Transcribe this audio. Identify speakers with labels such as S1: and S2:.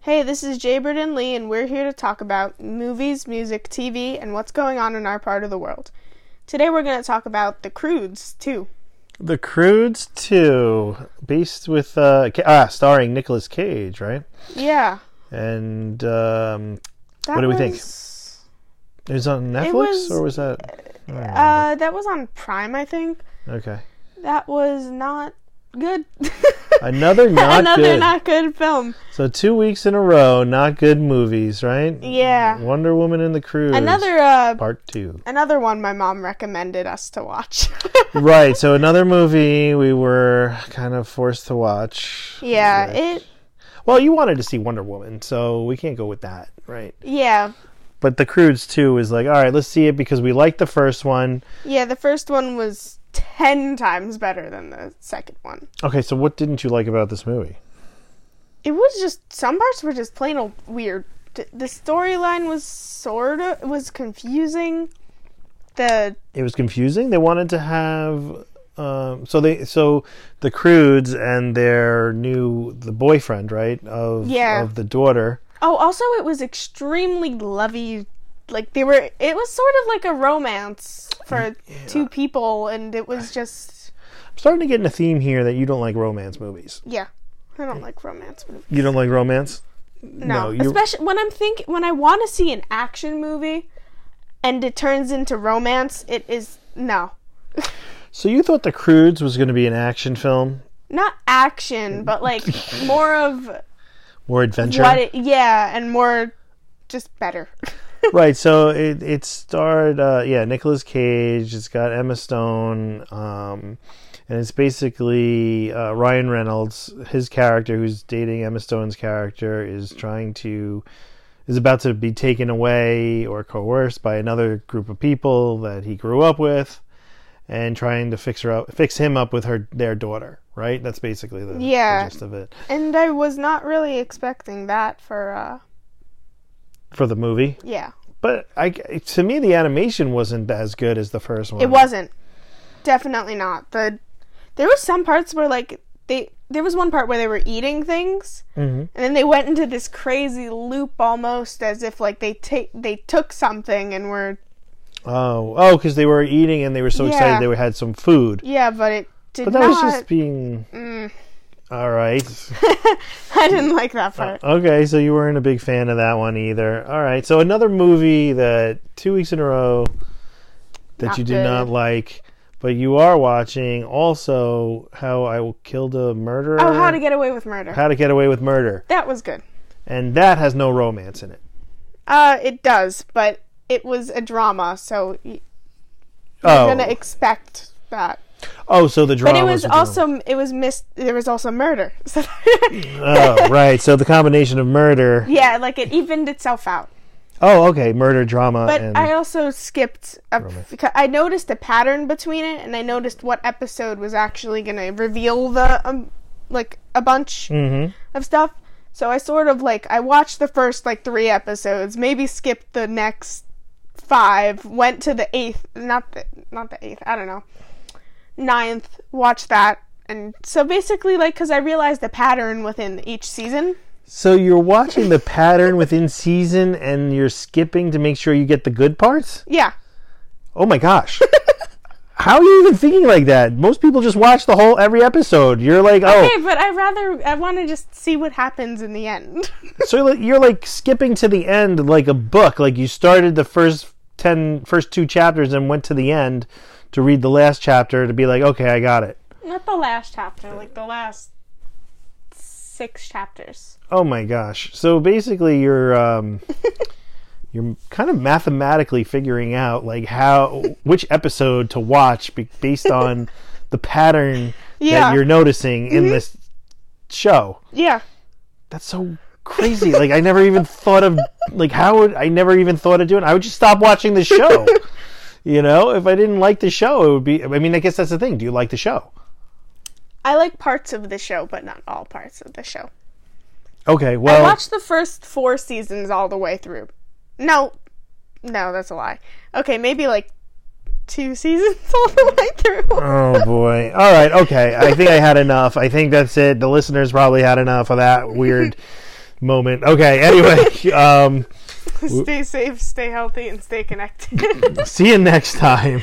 S1: Hey, this is Jaybird and Lee, and we're here to talk about movies, music, TV, and what's going on in our part of the world. Today we're going to talk about The Crudes, too.
S2: The Crudes 2, based with uh, Ca- ah, starring Nicolas Cage, right?
S1: Yeah.
S2: And um,
S1: That
S2: What do we think?
S1: was-
S2: it was on Netflix,
S1: was-
S2: or was that
S1: Uh, that was on Prime, I think.
S2: okay?
S1: That was not good.
S2: Another not
S1: Another
S2: good.
S1: not good film.
S2: so two weeks in a row, not good movies, right?
S1: Yeah.
S2: Wonder Woman and the Crudes,
S1: Another uh,
S2: part two.
S1: another one my mom recommended us to watch.
S2: right. So another movie we were kind of forced to watch.
S1: yeah,
S2: Right.
S1: it
S2: Well, you wanted to see Wonder Woman, so we can't go with that, right?
S1: yeah.
S2: But The Crudes 2 is like, all right, let's see it because we liked the first one.
S1: Yeah, the first one was 10 times better than the second one.
S2: Okay, so what didn't you like about this movie?
S1: It was just some parts were just plain old weird. D- The storyline was sort of was confusing. The
S2: It was confusing. They wanted to have um, so they so the Crudes and their new the boyfriend, right? Of
S1: Yeah.
S2: of the daughter.
S1: Oh, also it was extremely lovey. Like they were it was sort of like a romance for two people and it was just
S2: I'm starting to get in a theme here that you don't like romance movies.
S1: yeah. I don't like romance movies.
S2: You don't like romance?
S1: No,
S2: you
S1: especially when I'm think when I want to see an action movie and it turns into romance, it is no.
S2: So you thought the Crudes was going to be an action film,
S1: Not action, but like more of
S2: more adventure?
S1: what it, yeah, and more just better.
S2: right. So it it starred uh, yeah Nicolas Cage. It's got Emma Stone, um, and it's basically uh, Ryan Reynolds. His character, who's dating Emma Stone's character, is trying to is about to be taken away or coerced by another group of people that he grew up with, and trying to fix her up, fix him up with her their daughter. Right. That's basically the, the
S1: Yeah.
S2: gist of it
S1: and I was not really expecting that for uh
S2: for the movie.
S1: yeah.
S2: But I to me the animation wasn't as good as the first one.
S1: It wasn't. Definitely not. The there was some parts where like they there was one part where they were eating things
S2: Mm-hmm.
S1: and then they went into this crazy loop almost as if like they take they took something and were
S2: Oh, oh, because they were eating and they were so
S1: Yeah.
S2: excited they had some food.
S1: yeah, but it did
S2: But that
S1: not. Mm.
S2: was just being all right.
S1: I didn't like that part.
S2: okay, so you weren't a big fan of that one either. All right, so another movie that two weeks in a row that
S1: Not
S2: you did
S1: good.
S2: not like, but you are watching also how I killed a murderer.
S1: oh, How to Get Away with Murder.
S2: How to Get Away with Murder,
S1: that was good.
S2: and that has no romance in it.
S1: Uh, it does, but it was a drama, so y-
S2: Oh,
S1: you're gonna expect that.
S2: oh, so the drama.
S1: But it was
S2: a drama.
S1: also it was mis There was also murder. So
S2: oh right. So the combination of murder.
S1: yeah, like it evened itself out.
S2: Oh, okay, murder drama.
S1: But
S2: and...
S1: I also skipped a, because I noticed a pattern between it, and I noticed what episode was actually going to reveal the um, like a bunch
S2: Mhm.
S1: of stuff. So I sort of like I watched the first like three episodes, maybe skipped the next five, went to the eighth, not the not the eighth, I don't know, ninth, watched that, and so basically like because I realized the pattern within each season.
S2: So you're watching the pattern within season and you're skipping to make sure you get the good parts?
S1: Yeah,
S2: Oh my gosh. How are you even thinking like that? Most people just watch the whole every episode. You're like, "Oh,
S1: okay, but I rather I want to just see what happens in the end.
S2: so you're like- you're like skipping to the end like a book, like you started the first 10 first two chapters and went to the end to read the last chapter to be like, "Okay, I got it."
S1: Not the last chapter, like the last six chapters.
S2: Oh my gosh. So basically you're um you're kind of mathematically figuring out like how which episode to watch be- based on the pattern
S1: Yeah. Mm-hmm.
S2: that you're noticing in this show.
S1: Yeah.
S2: That's so crazy. like I never even thought of like how would I never even thought of doing. I would just stop watching the show. you know, if I didn't like the show, it would be I mean, I guess that's the thing. Do you like the show?
S1: I like parts of the show, but not all parts of the show.
S2: Okay, well
S1: I watched the first four seasons all the way through. No, no, that's a lie. Okay, maybe like two seasons all the way through.
S2: Oh boy. All right. Okay. I think I had enough. I think that's it. The listeners probably had enough of that weird moment. Okay, anyway, um,
S1: stay safe, stay healthy, and stay connected.
S2: see you next time.